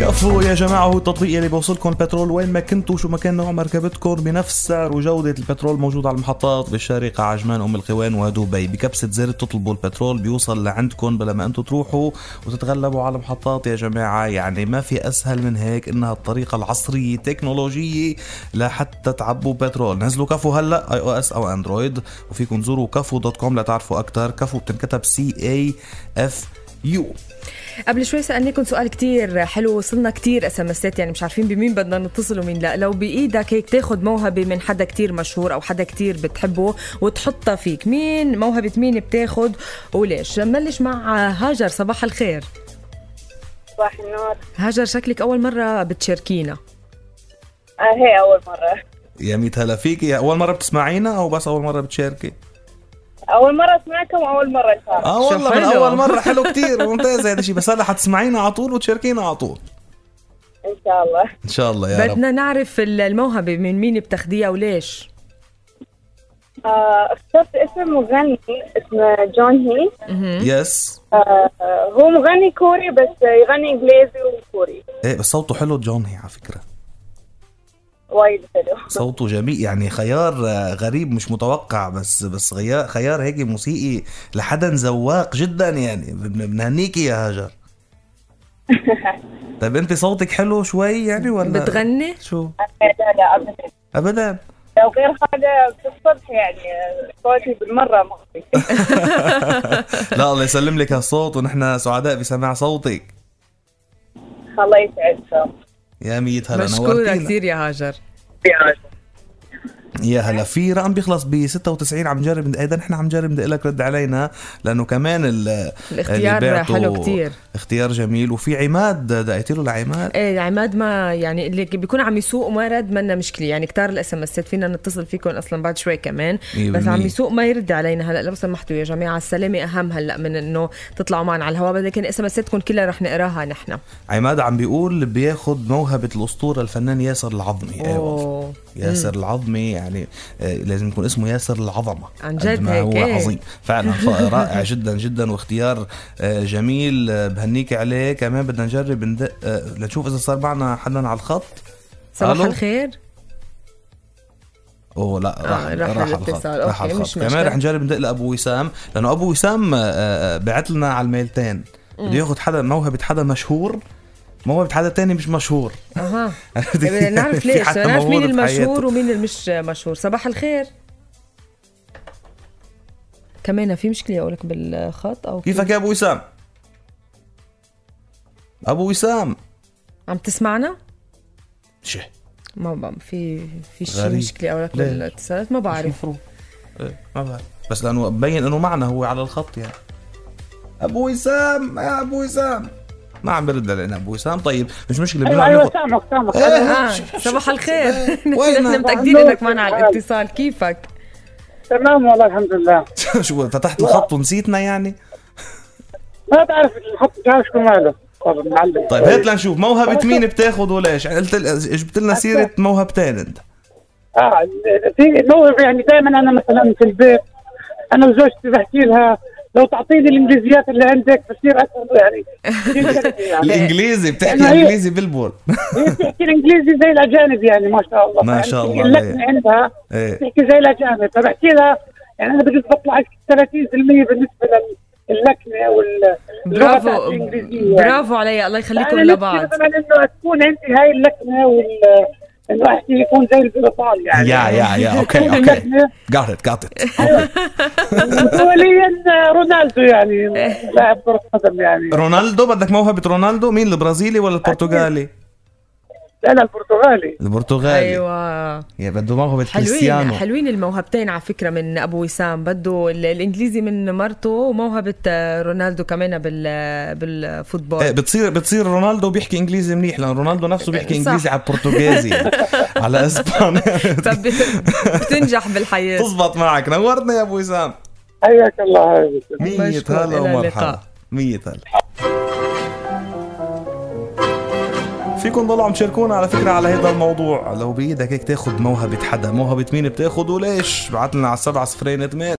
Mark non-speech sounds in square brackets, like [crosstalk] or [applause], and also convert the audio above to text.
كفو يا جماعة هو التطبيق اللي بوصلكم البترول وين ما كنتوا شو ما كان نوع مركبتكم بنفس سعر وجودة البترول موجود على المحطات بالشارقة عجمان أم الخوان ودبي بكبسة زر تطلبوا البترول بيوصل لعندكم بلا ما أنتوا تروحوا وتتغلبوا على المحطات يا جماعة يعني ما في أسهل من هيك إنها الطريقة العصرية التكنولوجية لحتى تعبوا بترول نزلوا كفو هلا اي او اس أو اندرويد وفيكم تزوروا كفو دوت كوم لتعرفوا أكثر كفو بتنكتب سي اي اف يو قبل شوي سألناكم سؤال كتير حلو وصلنا كتير اس ام اسات يعني مش عارفين بمين بدنا نتصل ومين لا لو بايدك هيك تاخد موهبة من حدا كتير مشهور او حدا كتير بتحبه وتحطها فيك مين موهبة مين بتاخد وليش نبلش مع هاجر صباح الخير صباح النور هاجر شكلك اول مرة بتشاركينا آه هي أول مرة يا ميت هلا فيك يا اول مره بتسمعينا او بس اول مره بتشاركي أول مرة أسمعكم وأول مرة إن شاء الله اه شو والله من حلو. اول مره حلو كتير ممتاز هذا الشيء بس هلا حتسمعينا على طول وتشاركينا على طول إن شاء الله ان شاء الله يا رب بدنا نعرف ال- الموهبة من مين بتاخديها وليش آه اخترت اسم مغني اسمه جون هي مهم. يس آه هو مغني كوري بس يغني إنجليزي وكوري ايه بس صوته حلو جون هي على فكره وايد حلو صوته جميل يعني خيار آه، غريب مش متوقع بس بس خيار خيار هيك موسيقي لحدا زواق جدا يعني بن- بنهنيكي يا هاجر طيب انت صوتك حلو شوي يعني ولا بتغني شو لا لا أبدا ابدا لو غير هذا بالصدق يعني آه، صوتي بالمرة ما في لا الله يسلم لك هالصوت ونحن سعداء بسماع صوتك الله يسعدكم يا ميت هلا مشكورة نورتينا كتير يا هاجر يا هلا في رقم بيخلص ب 96 عم نجرب ند- ايضا احنا عم نجرب ندق لك رد علينا لانه كمان ال- اللي الاختيار بعته حلو كتير اختيار جميل وفي عماد دقيت له لعماد ايه عماد ما يعني اللي بيكون عم يسوق ما يرد منا مشكله يعني كتار الاس ام اسات فينا نتصل فيكم اصلا بعد شوي كمان مية بس عم إيه، بالمية. يسوق ما يرد علينا هلا لو سمحتوا يا جماعه السلامه اهم هلا من انه تطلعوا معنا على الهواء لكن اس ام اساتكم كلها رح نقراها نحن عماد عم بيقول بياخد موهبه الاسطوره الفنان ياسر العظمي ايه والله. أوه. ياسر العظمي يعني آه، لازم يكون اسمه ياسر العظمه عن قد جد ما هيك، هو إيه. عظيم فعلا ف- [laughs] رائع جدا جدا واختيار آه، جميل آه، بهنيك عليه كمان بدنا نجرب ندق آه، لنشوف اذا صار معنا حدا على الخط صباح ألو؟ الخير اوه لا آه، راح راح راح على الخط الاتصال. راح على أوكي، الخط مش كمان مشكلة. رح نجرب ندق لابو وسام لانه ابو وسام آه، آه، بعت لنا على الميلتين بده ياخذ حدا موهبه حدا مشهور موهبة حدا تاني مش مشهور [laughs] اها عرفتي؟ بدنا إيه، نعرف إيه، في ليش حدا بدنا نعرف مين موهوب بحياته. المشهور ومين المش مشهور صباح الخير كمان في مشكله اقول لك بالخط او كيفك يا ابو وسام؟ ابو وسام عم تسمعنا شه ما بقى في في شيء غريب. مشكله او لك ليه؟ بالاتصالات ما بعرف مفروض إيه، ما بعرف بس لانه مبين انه معنا هو على الخط يعني ابو وسام يا ابو وسام ما عم برد علينا ابو وسام طيب مش مشكله بنروح أيوة أيوة ناخد- سامعك سامعك إيه، آه، شو- شو- صباح الخير [laughs] وينك؟ نحن متأكدين انك معنا على الاتصال كيفك تمام والله الحمد لله [laughs] شو فتحت الخط ونسيتنا يعني؟ ما بعرف الخط جاي شو ماله طب معلم طيب هات لنشوف موهبة مين بتاخذ وليش؟ يعني قلت جبت لنا سيرة موهبتين انت اه في موهبه يعني دائما انا مثلا في البيت انا وزوجتي بحكي لها لو تعطيني الانجليزيات اللي عندك بصير اسهل [laughs] يعني يعني الانجليزي بتحكي لأنه هي- انجليزي بالبول هي بتحكي الانجليزي زي الاجانب يعني ما شاء الله ما شاء الله يعني عليها. اللكنه عندها إيه. بتحكي زي الاجانب فبحكي لها يعني انا بجوز بطلع 30% بالنسبه للكنه وال اللغة برافو الإنجليزية يعني. برافو علي الله يخليكم أنا لبعض نفسي كمان انه تكون عندي هاي اللكنه وال انه احكي يكون زي البريطاني يعني يا يا يا اوكي تكون اوكي اللكنة جات ات جات ات دوليا رونالدو يعني لاعب كرة قدم يعني رونالدو بدك موهبة رونالدو مين البرازيلي ولا البرتغالي؟ أنا البرتغالي البرتغالي أيوة. ايوه يا بده موهبة حلوين كريستيانو حلوين الموهبتين على فكره من ابو وسام بده ال- الانجليزي من مرته وموهبه آه، رونالدو كمان بال آه، بالفوتبول ايه بتصير بتصير رونالدو بيحكي انجليزي منيح لان رونالدو نفسه بيحكي صح. انجليزي على برتغالي على اسباني طب [laughs] بتنجح بالحياه تزبط معك نورتنا يا ابو وسام حياك الله هاي مية مشكور، هلا إلى ومرحبا اللقاء. مية هلا فيكم ضلوا عم تشاركونا على فكرة على هذا الموضوع لو بإيدك هيك تاخد موهبة حدا موهبة مين بتاخد وليش بعتلنا على السبعة صفرين ثمان